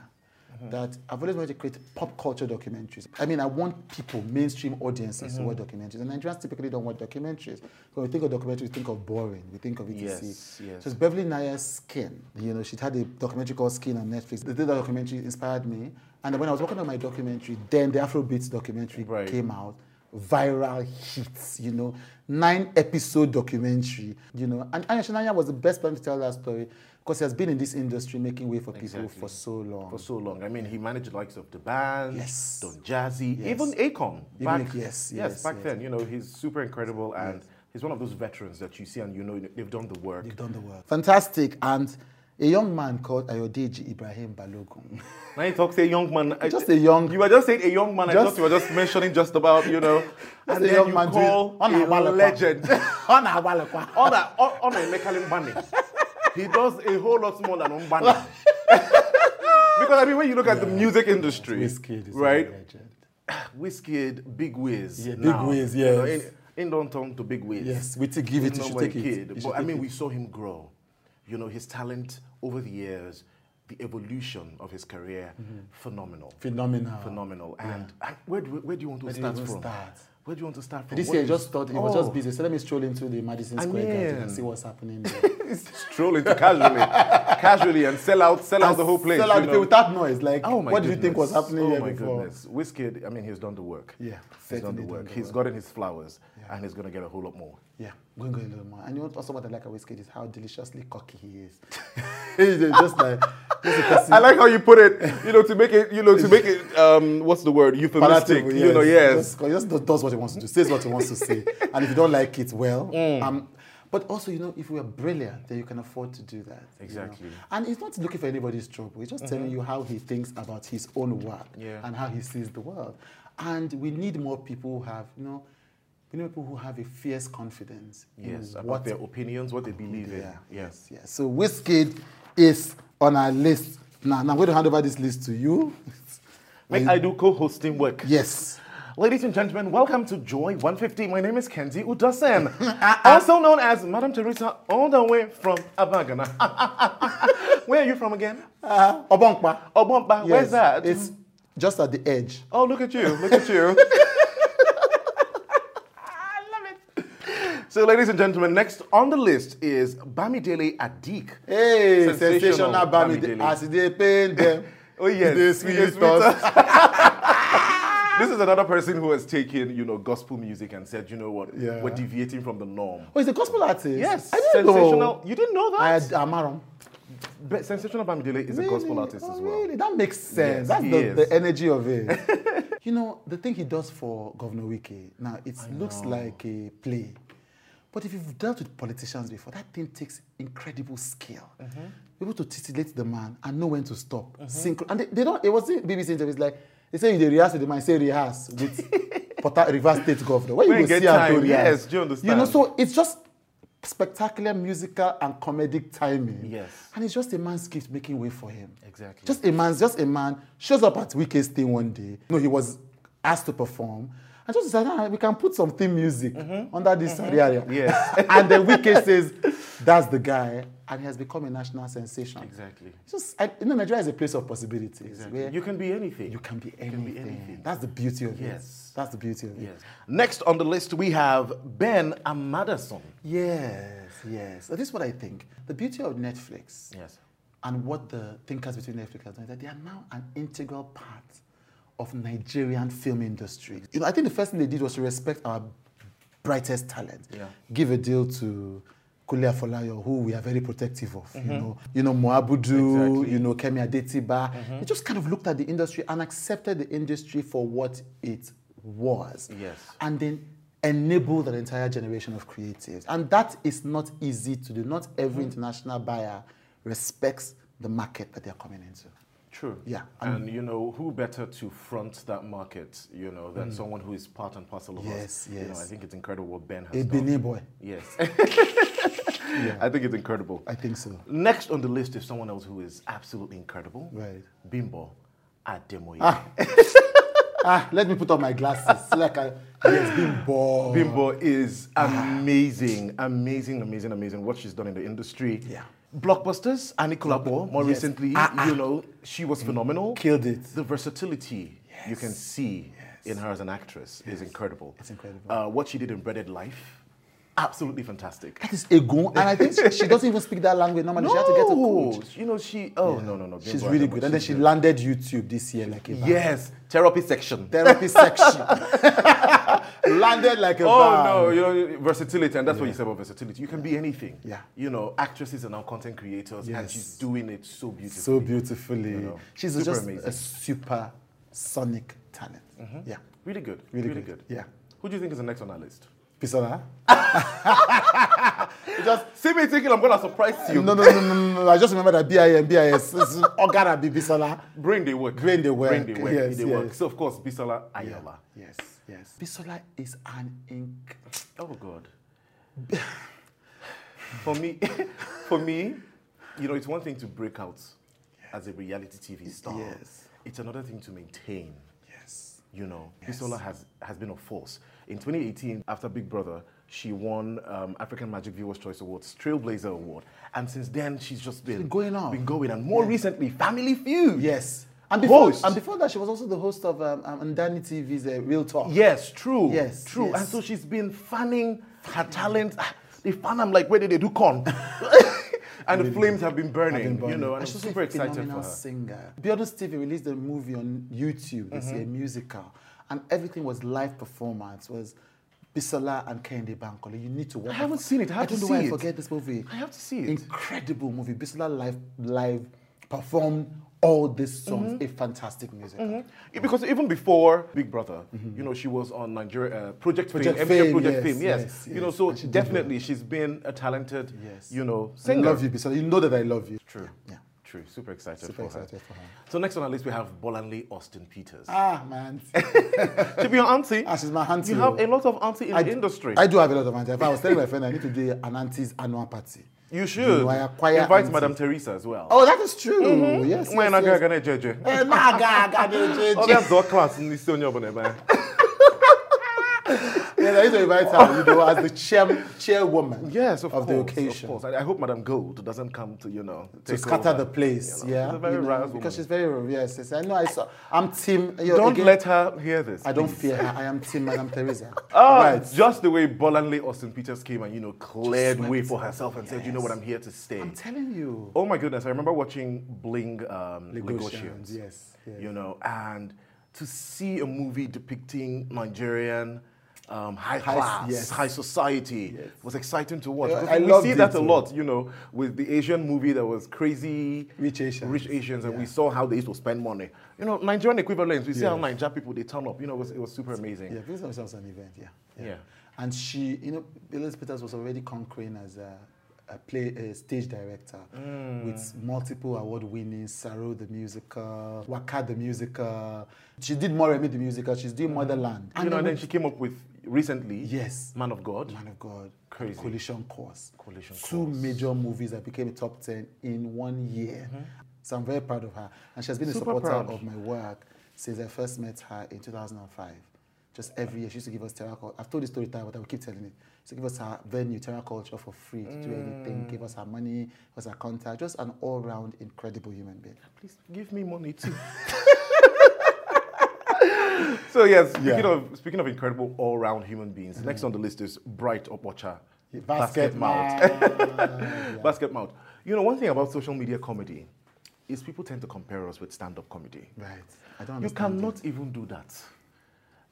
Speaker 1: Mm-hmm.
Speaker 2: that I've always wanted to create pop culture documentaries. I mean, I want people, mainstream audiences, to watch
Speaker 1: Mm-hmm.
Speaker 2: documentaries. And Nigerians typically don't watch documentaries. When we think of documentaries, we think of boring. We think of etc.
Speaker 1: Yes, yes.
Speaker 2: So it's Beverly Naya's Skin. You know, she had a documentary called Skin on Netflix. The day that documentary inspired me, and when I was working on my documentary, then the Afrobeats documentary
Speaker 1: Right.
Speaker 2: came out viral hits you know nine episode documentary you know and Aya Shinanya was the best person to tell that story because he has been in this industry making way for people
Speaker 1: Exactly.
Speaker 2: for so long
Speaker 1: for so long. I mean, he managed the likes of the band,
Speaker 2: Yes.
Speaker 1: Don Jazzy,
Speaker 2: Yes.
Speaker 1: even Akon.
Speaker 2: Even Ak- yes, yes,
Speaker 1: back
Speaker 2: yes.
Speaker 1: then, you know, he's super incredible, and he's one of those veterans that you see and you know they've done the work.
Speaker 2: You've done the work fantastic and a young man called Ayodeji Ibrahim Balogun
Speaker 1: Now you talk say young man. I-
Speaker 2: Just a young-
Speaker 1: You were just saying a young man. I
Speaker 2: Just-
Speaker 1: thought you were just mentioning just about you know, and
Speaker 2: a
Speaker 1: then
Speaker 2: young
Speaker 1: you
Speaker 2: man doing-
Speaker 1: call
Speaker 2: on a
Speaker 1: a
Speaker 2: wallet.
Speaker 1: legend.
Speaker 2: on Awalekwa
Speaker 1: on a on, on a Mekalim Bani. He does a whole lot more than Umbani. because I mean, when you look at the music industry,
Speaker 2: Wizkid is a
Speaker 1: right?
Speaker 2: legend
Speaker 1: Wizkid, Big Wiz.
Speaker 2: Yeah, Big
Speaker 1: now.
Speaker 2: Wiz,
Speaker 1: You know,
Speaker 2: yes.
Speaker 1: in, in don't turn to Big Wiz.
Speaker 2: Yes, we take- give it,
Speaker 1: Even
Speaker 2: you should
Speaker 1: though we're a
Speaker 2: take it.
Speaker 1: kid,
Speaker 2: You should
Speaker 1: But I
Speaker 2: take
Speaker 1: mean,
Speaker 2: it.
Speaker 1: we saw him grow. You know, his talent over the years, the evolution of his career,
Speaker 2: Mm-hmm.
Speaker 1: phenomenal. Ah.
Speaker 2: phenomenal
Speaker 1: Phenomenal. And uh, where do, where do you want to
Speaker 2: Where do you
Speaker 1: start
Speaker 2: want to
Speaker 1: from?
Speaker 2: start?
Speaker 1: Where do you want to start from?
Speaker 2: this
Speaker 1: What
Speaker 2: year I
Speaker 1: is-
Speaker 2: just thought it was just
Speaker 1: Oh.
Speaker 2: busy so let me stroll into the Madison
Speaker 1: I
Speaker 2: Square Garden
Speaker 1: mean-
Speaker 2: and see what's happening there
Speaker 1: stroll into casually, casually, and sell out, sell out
Speaker 2: And
Speaker 1: the whole place.
Speaker 2: sell
Speaker 1: you
Speaker 2: out the
Speaker 1: know.
Speaker 2: place without noise like
Speaker 1: Oh my
Speaker 2: what do you think was
Speaker 1: goodness.
Speaker 2: happening
Speaker 1: oh
Speaker 2: here
Speaker 1: my
Speaker 2: before
Speaker 1: Goodness. Wizkid, I mean, he's done the work.
Speaker 2: Yeah,
Speaker 1: he's done
Speaker 2: certainly
Speaker 1: the
Speaker 2: done
Speaker 1: work.
Speaker 2: the
Speaker 1: He's
Speaker 2: work.
Speaker 1: gotten his flowers, and he's gonna get a whole lot more.
Speaker 2: Yeah, going going a little more. And you know what- also what I like about Wizkid is how deliciously cocky he is. He's just like just a person-
Speaker 1: I like how you put it. You know, to make it, you know, to make it, um, what's the word? Euphemistic.
Speaker 2: palatable,
Speaker 1: You know, yes.
Speaker 2: Just, he just do- does what he wants to do, says what he wants to say, and if you don't like it, well,
Speaker 1: Hmm.
Speaker 2: um, but also you know if we are brilliant, then you can afford to do that. you know.
Speaker 1: Exactly. Mm-hmm.
Speaker 2: And he's not looking for anybody's trouble. He's just telling you how he thinks about his own work
Speaker 1: Yeah.
Speaker 2: and how he sees the world. And we need more people who have you know, we need people who have a fierce confidence. in
Speaker 1: Yes, about
Speaker 2: what
Speaker 1: their opinions, what they believe in.
Speaker 2: Yeah.
Speaker 1: Yes.
Speaker 2: Yeah, so Whiskey is on our list. Now, now I'm going to hand over this list to you.
Speaker 1: Make I do co-hosting work.
Speaker 2: Yes.
Speaker 1: Ladies and gentlemen, welcome to Joy 150. My name is Kenzie Udasen, also known as Madam Teresa, all the way from Abagana. Where are you from again?
Speaker 2: Uh, Obonkpa.
Speaker 1: Obomba. Where's
Speaker 2: Yes,
Speaker 1: that?
Speaker 2: It's just at the edge.
Speaker 1: Oh, look at you. Look at you.
Speaker 3: I love it.
Speaker 1: so, ladies and gentlemen, next on the list is Bamidele Adik.
Speaker 2: Hey,
Speaker 1: Sensational
Speaker 2: sensational, Bami.
Speaker 1: Bami Dele.
Speaker 2: As they paint them.
Speaker 1: Oh, yes.
Speaker 2: They
Speaker 1: They
Speaker 2: sweet
Speaker 1: sweet
Speaker 2: us.
Speaker 1: This is another person who has taken, you know, gospel music and said, you know what,
Speaker 2: Yeah.
Speaker 1: we're deviating from the norm.
Speaker 2: Oh, he's a gospel artist.
Speaker 1: Yes,
Speaker 2: I didn't
Speaker 1: sensational.
Speaker 2: Know.
Speaker 1: You didn't know that?
Speaker 2: I, I'm Aaron.
Speaker 1: Be- sensational Bamidele is a gospel artist as well.
Speaker 2: Really? That makes
Speaker 1: Yes,
Speaker 2: sense. That's
Speaker 1: he
Speaker 2: the,
Speaker 1: is.
Speaker 2: the energy of it. you know, the thing he does for Governor Wiki, now it looks like a
Speaker 1: Mm-hmm.
Speaker 2: play. But if you've dealt with politicians before, that thing takes incredible skill. able to titillate the man and know when to stop. Synchro- and they, they don't, it wasn't BBC interviews like, they say you dey rehearse with the man, say rehearse with Port- reverse state governor. Where
Speaker 1: When
Speaker 2: you
Speaker 1: you
Speaker 2: go
Speaker 1: get
Speaker 2: see am
Speaker 1: time,
Speaker 2: to rehearse?
Speaker 1: yes, do you
Speaker 2: You know,
Speaker 1: understand?
Speaker 2: so it's just spectacular musical and comedic timing.
Speaker 1: Yes.
Speaker 2: And it's just a man's gift making way for him.
Speaker 1: Exactly.
Speaker 2: Just a man's, just a man shows up at Wike's thing one day. No, he was asked to perform. And just decided, ah, we can put some theme music under this area.
Speaker 1: Mm-hmm. Yes.
Speaker 2: and then Wike says, that's the guy. And he has become a national sensation.
Speaker 1: Exactly.
Speaker 2: It's Just, I, you know, Nigeria is a place of possibilities. Where
Speaker 1: You can be anything.
Speaker 2: you can be anything.
Speaker 1: can be anything.
Speaker 2: That's the beauty of it.
Speaker 1: Yes.
Speaker 2: That's the beauty of
Speaker 1: Yes.
Speaker 2: it.
Speaker 1: Next on the list, we have Ben Amadason.
Speaker 2: Yes, yes. So this is what I think. The beauty of Netflix
Speaker 1: Yes.
Speaker 2: and what the thinkers between Netflix have done is that they are now an integral part of Nigerian film industry. You know, I think the first thing they did was to respect our brightest talent.
Speaker 1: Yeah.
Speaker 2: Give a deal to Kule Afolayo, who we are very protective of. You know, you know Moabudu,
Speaker 1: Mm-hmm. Exactly. Mm-hmm.
Speaker 2: you know Kemi Adetiba. They just kind of looked at the industry and accepted the industry for what it was.
Speaker 1: Yes.
Speaker 2: And then enabled an entire generation of creatives. And that is not easy to do. Not every
Speaker 1: Mm.
Speaker 2: international buyer respects the market that they're coming into.
Speaker 1: True.
Speaker 2: Yeah,
Speaker 1: And you know, who better to front that market, you know, than someone who is part and parcel of
Speaker 2: Yes,
Speaker 1: us? You know,
Speaker 2: yes.
Speaker 1: I think it's incredible what Ben has
Speaker 2: A
Speaker 1: done.
Speaker 2: Benin boy.
Speaker 1: Yes. I think it's incredible.
Speaker 2: I think so.
Speaker 1: Next on the list is someone else who is absolutely incredible.
Speaker 2: Right.
Speaker 1: Bimbo Ademoye.
Speaker 2: Ah, let me put on my glasses. so like I, yes, been born.
Speaker 1: Bimbo is amazing, amazing, amazing, amazing. What she's done in the industry.
Speaker 2: Yeah.
Speaker 1: Blockbusters, Annie Kulapo, more
Speaker 2: Yes.
Speaker 1: recently,
Speaker 2: Ah, ah.
Speaker 1: you know, she was phenomenal.
Speaker 2: Killed it.
Speaker 1: The versatility you can see in her as an actress is incredible.
Speaker 2: It's incredible.
Speaker 1: Uh, what she did in Breaded Life, absolutely fantastic.
Speaker 2: That is Egun, and I think she, she doesn't even speak that language normally. She had to get a coach.
Speaker 1: You know, she, oh, no, no, no.
Speaker 2: She's
Speaker 1: Bimbo
Speaker 2: really
Speaker 1: Ademoye,
Speaker 2: good. And then
Speaker 1: she's
Speaker 2: she
Speaker 1: good.
Speaker 2: landed YouTube this year like a bad
Speaker 1: Yes, therapy section.
Speaker 2: therapy section. landed like a
Speaker 1: Oh
Speaker 2: bad.
Speaker 1: no, you know versatility, and that's what you said about versatility. You can be anything.
Speaker 2: Yeah.
Speaker 1: You know, actresses are now content creators, and
Speaker 2: Yes.
Speaker 1: she's doing it so beautifully.
Speaker 2: So beautifully.
Speaker 1: know,
Speaker 2: She's
Speaker 1: super
Speaker 2: just
Speaker 1: amazing. Mm-hmm.
Speaker 2: a super sonic talent. Yeah.
Speaker 1: really good.
Speaker 2: Really, good. Yeah.
Speaker 1: Who do you think is the next on our list?
Speaker 2: Pisola?
Speaker 1: Just see me thinking I'm gonna surprise you.
Speaker 2: No, no, no, no, no, no. I just remember that BIM, BIS, Ogara B. Bisola.
Speaker 1: Bring the work.
Speaker 2: Bring the work.
Speaker 1: Bring the work.
Speaker 2: Yes,
Speaker 1: the work.
Speaker 2: yes.
Speaker 1: So of course, Bisola Ayola.
Speaker 2: Yes, yes. Bisola is an ink.
Speaker 1: Oh God. for me, for me, you know, it's one thing to break out as a reality TV star.
Speaker 2: Yes.
Speaker 1: It's another thing to maintain.
Speaker 2: Yes.
Speaker 1: You know, Bisola has, has been a force. In 2018, after Big Brother, she won um, African Magic Viewers Choice Awards, Trailblazer Award. And since then, she's just been,
Speaker 2: been going on.
Speaker 1: Been going. And more recently, Family Feud.
Speaker 2: Yes. And before,
Speaker 1: Host.
Speaker 2: and before that, she was also the host of um, um, Ndani TV's uh, Real Talk.
Speaker 1: Yes, true.
Speaker 2: Yes,
Speaker 1: True.
Speaker 2: yes.
Speaker 1: And so she's been fanning her talent. Ah, They fan am like, where did they do corn? and the flames have been burning,
Speaker 2: I've been
Speaker 1: you
Speaker 2: burning.
Speaker 1: know, and
Speaker 2: And
Speaker 1: I'm
Speaker 2: she's also
Speaker 1: super
Speaker 2: a
Speaker 1: excited for
Speaker 2: phenomenal
Speaker 1: her.
Speaker 2: singer. Beyond Stevie released a movie on YouTube this year,
Speaker 1: Mm-hmm.
Speaker 2: musical, and everything was live performance. Was Bisola and Kende Bankole. You need to watch.
Speaker 1: I
Speaker 2: it.
Speaker 1: haven't seen it. I have
Speaker 2: don't
Speaker 1: to
Speaker 2: know why
Speaker 1: see
Speaker 2: I
Speaker 1: it.
Speaker 2: forget this movie.
Speaker 1: I have to see it.
Speaker 2: Incredible movie. Bisola live live performed all
Speaker 1: Mm-hmm.
Speaker 2: these songs. A fantastic musical.
Speaker 1: Yeah, Because even before Big Brother, you know, she was on Nigeria uh, Project,
Speaker 2: Project
Speaker 1: Fame,
Speaker 2: Fame,
Speaker 1: MTV Project
Speaker 2: yes,
Speaker 1: Fame, yes.
Speaker 2: yes,
Speaker 1: You know,
Speaker 2: yes.
Speaker 1: so
Speaker 2: And she did
Speaker 1: definitely she's been a talented,
Speaker 2: Yes.
Speaker 1: you know,
Speaker 2: I
Speaker 1: singer.
Speaker 2: love you, Bisola. You know that I love you.
Speaker 1: True.
Speaker 2: Yeah.
Speaker 1: True. Super excited
Speaker 2: Super
Speaker 1: for her.
Speaker 2: excited for her.
Speaker 1: So next on our list we have Bolanle Austin Peters.
Speaker 2: Ah man,
Speaker 1: She'll be your auntie.
Speaker 2: Ah, she's my auntie.
Speaker 1: You have a lot of auntie in the industry.
Speaker 2: I do have a lot of aunties. In fact, I was telling my friend I need to do an auntie's annual party.
Speaker 1: you should
Speaker 2: You know, I acquire
Speaker 1: invite
Speaker 2: aunties.
Speaker 1: Madam Teresa as well.
Speaker 2: Oh, that is true. Yes. yes,
Speaker 1: When I
Speaker 2: yes.
Speaker 1: go, I go, JJ.
Speaker 2: Eh, nah, ga- ga- ga- ga-
Speaker 1: Oh,
Speaker 2: ga-
Speaker 1: that's our class in the senior bonnet, man.
Speaker 2: Yeah, I used to invite her, you know, as the chair, chairwoman
Speaker 1: Yes, of, course.
Speaker 2: the occasion.
Speaker 1: Of course. I, I hope Madam Gold doesn't come to, you know,
Speaker 2: To
Speaker 1: take
Speaker 2: scatter
Speaker 1: over.
Speaker 2: the place,
Speaker 1: You know,
Speaker 2: yeah,
Speaker 1: she's a very
Speaker 2: you know,
Speaker 1: wise woman.
Speaker 2: because she's very yes, yes. I know. I saw. I'm team. you know,
Speaker 1: Don't
Speaker 2: again,
Speaker 1: let her hear this.
Speaker 2: I don't
Speaker 1: please.
Speaker 2: fear her. I am team Madam Teresa.
Speaker 1: Ah,
Speaker 2: right.
Speaker 1: Just the way Bolanle Austin Peters came and, you know, cleared
Speaker 2: swept
Speaker 1: way for
Speaker 2: it.
Speaker 1: herself and said, you know what,
Speaker 2: Yes.
Speaker 1: I'm here to stay.
Speaker 2: I'm telling you.
Speaker 1: oh my goodness, I remember watching Bling um, Legosians,
Speaker 2: Legosians, yes, yes.
Speaker 1: You know, and to see a movie depicting Nigerian. Um, high
Speaker 2: High-
Speaker 1: class,
Speaker 2: yes.
Speaker 1: high society
Speaker 2: Yes.
Speaker 1: was exciting to watch.
Speaker 2: Yeah,
Speaker 1: Because
Speaker 2: I
Speaker 1: we
Speaker 2: loved
Speaker 1: see that
Speaker 2: it
Speaker 1: a
Speaker 2: too.
Speaker 1: lot, you know, with the Asian movie that was crazy
Speaker 2: Rich Asians.
Speaker 1: rich Asians, and we saw how they used to spend money. You know, Nigerian equivalents. We see how Nigerian people they turn up. You know, it was, it was super amazing.
Speaker 2: Yeah, this was an event. Yeah.
Speaker 1: Yeah.
Speaker 2: And she, you know, Elizabeth Peters was already conquering as a, I play a stage director
Speaker 1: Mm.
Speaker 2: with multiple award winning Saru the musical, Waka the musical. She did Moremi the musical, she's doing Motherland.
Speaker 1: Mm. you know,
Speaker 2: then
Speaker 1: and then
Speaker 2: we-
Speaker 1: she came up with recently.
Speaker 2: Yes.
Speaker 1: Man of God.
Speaker 2: Man of God,
Speaker 1: Crazy.
Speaker 2: Collision Course.
Speaker 1: Collision
Speaker 2: Two major movies that became a top 10 in one year. So I'm very proud of her. And she has been a
Speaker 1: Mm-hmm. Super
Speaker 2: supporter
Speaker 1: proud.
Speaker 2: of my work since I first met her in 2005. Just every year, she used to give us Terra Culture. I've told this story time, but I will keep telling it. She give us her venue, Terra Culture, for free to do anything,
Speaker 1: Mm.
Speaker 2: give us her money, give us her contact. Just an all round incredible human being.
Speaker 1: Please give me money too. so yes, speaking
Speaker 2: Yeah.
Speaker 1: of speaking of incredible all-round human beings, next on the list is Bright Opocha.
Speaker 2: Basket Oh,
Speaker 1: Basket mouth. You know, one thing about social media comedy is people tend to compare us with stand-up comedy.
Speaker 2: Right. I don't
Speaker 1: You
Speaker 2: understand.
Speaker 1: cannot even do that.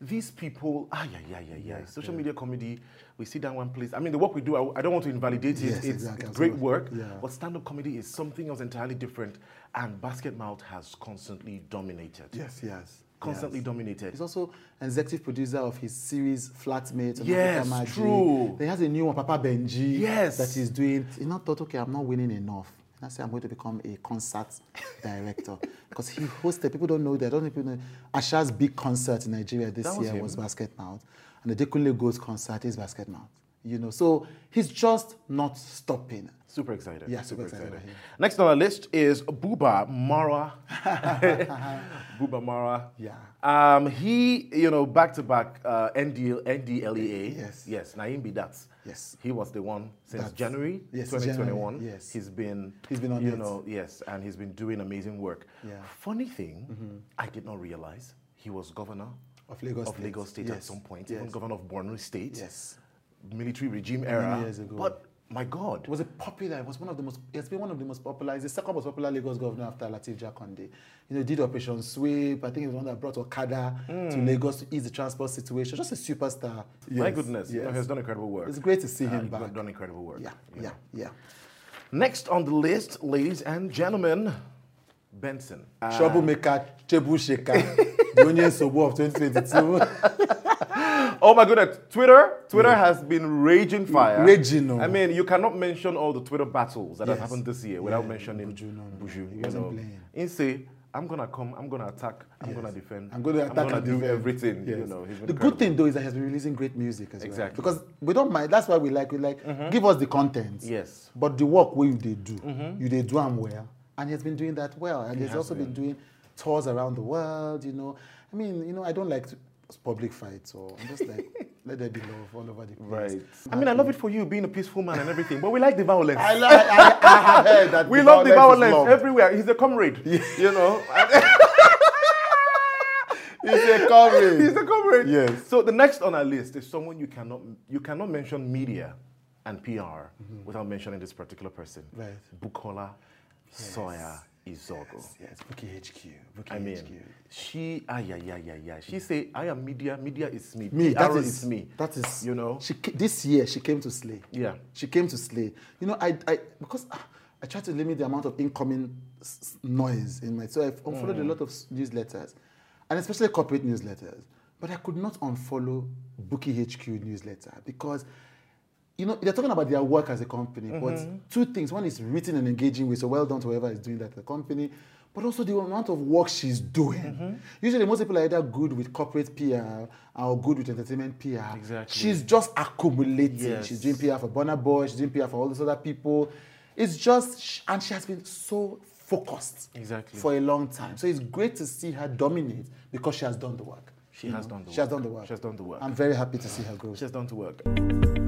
Speaker 1: These people, ah, yeah, yeah, yeah, yeah. Social media comedy, we sit down one place. I mean, the work we do, I, I don't want to invalidate it.
Speaker 2: Yes,
Speaker 1: it's
Speaker 2: exactly.
Speaker 1: it's great work.
Speaker 2: Yeah.
Speaker 1: But stand up comedy is something else entirely different. And Basket Mouth has constantly dominated.
Speaker 2: Yes, yes.
Speaker 1: Constantly
Speaker 2: yes.
Speaker 1: dominated.
Speaker 2: He's also an executive producer of his series Flatmate. on
Speaker 1: Yes,
Speaker 2: Africa Magic.
Speaker 1: true.
Speaker 2: He has a new one, Papa Benji.
Speaker 1: Yes.
Speaker 2: That he's doing. He not thought, okay, I'm not winning enough. And I say, I'm going to become a concert director because he hosted. People don't know that. I don't know if people know. Asha's big concert in Nigeria this
Speaker 1: That was
Speaker 2: year
Speaker 1: him.
Speaker 2: was Basket Mouth, and the Dekunle Goat concert is Basket Mouth. You know, so he's just not stopping.
Speaker 1: Super excited.
Speaker 2: Yeah, super excited about him.
Speaker 1: Next on our list is Buba Mara. Buba Mara.
Speaker 2: Yeah.
Speaker 1: Um, he, you know, back to back uh, NDL, NDLEA.
Speaker 2: Yes.
Speaker 1: E Yes, Naim Bidat.
Speaker 2: Yes.
Speaker 1: He was the one since
Speaker 2: That's-
Speaker 1: January
Speaker 2: yes,
Speaker 1: 2021.
Speaker 2: January, yes.
Speaker 1: He's been,
Speaker 2: He's been on
Speaker 1: you
Speaker 2: it.
Speaker 1: know, yes, and he's been doing amazing work.
Speaker 2: Yeah.
Speaker 1: Funny thing, I did not realize he was governor
Speaker 2: Of Lagos
Speaker 1: of
Speaker 2: State.
Speaker 1: Lagos State at
Speaker 2: Yes,
Speaker 1: some point, even
Speaker 2: yes.
Speaker 1: governor of Borno State.
Speaker 2: Yes.
Speaker 1: Military regime era.
Speaker 2: years ago.
Speaker 1: But my God.
Speaker 2: It was a popular. It was one of the most. It's been one of the most popular. It's the second most popular Lagos governor after Latif Jackonde. You know, did Operation Sweep. I think it was one that brought Okada to Lagos to ease the transport situation. Just a superstar.
Speaker 1: Hmm. My
Speaker 2: Yes,
Speaker 1: goodness, you know,
Speaker 2: yes.
Speaker 1: he has done incredible work.
Speaker 2: It's great to see him
Speaker 1: he's
Speaker 2: back.
Speaker 1: Done incredible work.
Speaker 2: Yeah,
Speaker 1: you
Speaker 2: yeah,
Speaker 1: know.
Speaker 2: yeah.
Speaker 1: Next on the list, ladies and gentlemen, Benson. Uh,
Speaker 2: Troublemaker, Chebu Sheka, the Onion Sobo of 2022.
Speaker 1: oh my goodness, Twitter. Twitter has been raging fire.
Speaker 2: Raging, no.
Speaker 1: I mean, you cannot mention all the Twitter battles that have
Speaker 2: Yes.
Speaker 1: happened this year without
Speaker 2: Yeah,
Speaker 1: mentioning
Speaker 2: Buju, no, no, no.
Speaker 1: Buju,
Speaker 2: He
Speaker 1: you
Speaker 2: wasn't
Speaker 1: know.
Speaker 2: playing.
Speaker 1: Inse, I'm gonna come. I'm gonna attack. I'm
Speaker 2: Yes.
Speaker 1: gonna defend.
Speaker 2: I'm going to attack
Speaker 1: gonna
Speaker 2: and
Speaker 1: do
Speaker 2: defend.
Speaker 1: everything. You
Speaker 2: Yes.
Speaker 1: know, he's been
Speaker 2: the
Speaker 1: incredible.
Speaker 2: good thing though is that he has been releasing great music as
Speaker 1: Exactly. Mm-hmm.
Speaker 2: well. Because we don't mind. That's why we like we like give us the content.
Speaker 1: Yes. Mm-hmm.
Speaker 2: But the work where you they do, you they do and well, and he has been doing that well, and he's also been. doing tours around the world. You know, I mean, you know, I don't like to- public fights, or I'm just like let there be love all over the place.
Speaker 1: Right. I mean, I love it for you being a peaceful man and everything, but we like the violence.
Speaker 2: I, li- I, I, I have heard that
Speaker 1: We love the
Speaker 2: is
Speaker 1: violence
Speaker 2: love.
Speaker 1: everywhere. He's a comrade. You know,
Speaker 2: It's a comedy.
Speaker 1: he's a comrade.
Speaker 2: Yes.
Speaker 1: So the next on our list is someone you cannot you cannot mention media and PR without mentioning this particular person.
Speaker 2: Mm-hmm. Right.
Speaker 1: Bukola Sawyer Izogo.
Speaker 2: Yes, Bookie HQ. Bookie
Speaker 1: I mean,
Speaker 2: HQ.
Speaker 1: she, ah, yeah, yeah, yeah, yeah. She say, I am media, media is me.
Speaker 2: me.
Speaker 1: PR
Speaker 2: That is,
Speaker 1: is me.
Speaker 2: That is.
Speaker 1: You know?
Speaker 2: She ca- this year she came to slay.
Speaker 1: Yeah.
Speaker 2: She came to slay. You know, I I because ah, I try to limit the amount of incoming s- s- noise in my so I've unfollowed
Speaker 1: Mm.
Speaker 2: a lot of s- newsletters, and especially corporate newsletters. But I could not unfollow Bookie HQ newsletter because. You know, they're talking about their work as a company,
Speaker 1: Mm-hmm.
Speaker 2: but two things. One is written and engaging with, so well done to whoever is doing that at the company, but also the amount of work she's doing.
Speaker 1: Mm-hmm.
Speaker 2: Usually, most people are either good with corporate PR or good with entertainment PR.
Speaker 1: Exactly.
Speaker 2: She's just accumulating.
Speaker 1: Yes.
Speaker 2: She's doing PR for Bonner Boy, she's doing PR for all these other people. It's just, sh- and she has been so focused
Speaker 1: Exactly.
Speaker 2: for a long time. So it's great to see her dominate because she has done the work.
Speaker 1: She has done the
Speaker 2: She has
Speaker 1: work.
Speaker 2: done the work.
Speaker 1: She has done the work.
Speaker 2: I'm very happy to see her grow.
Speaker 1: She has done to work.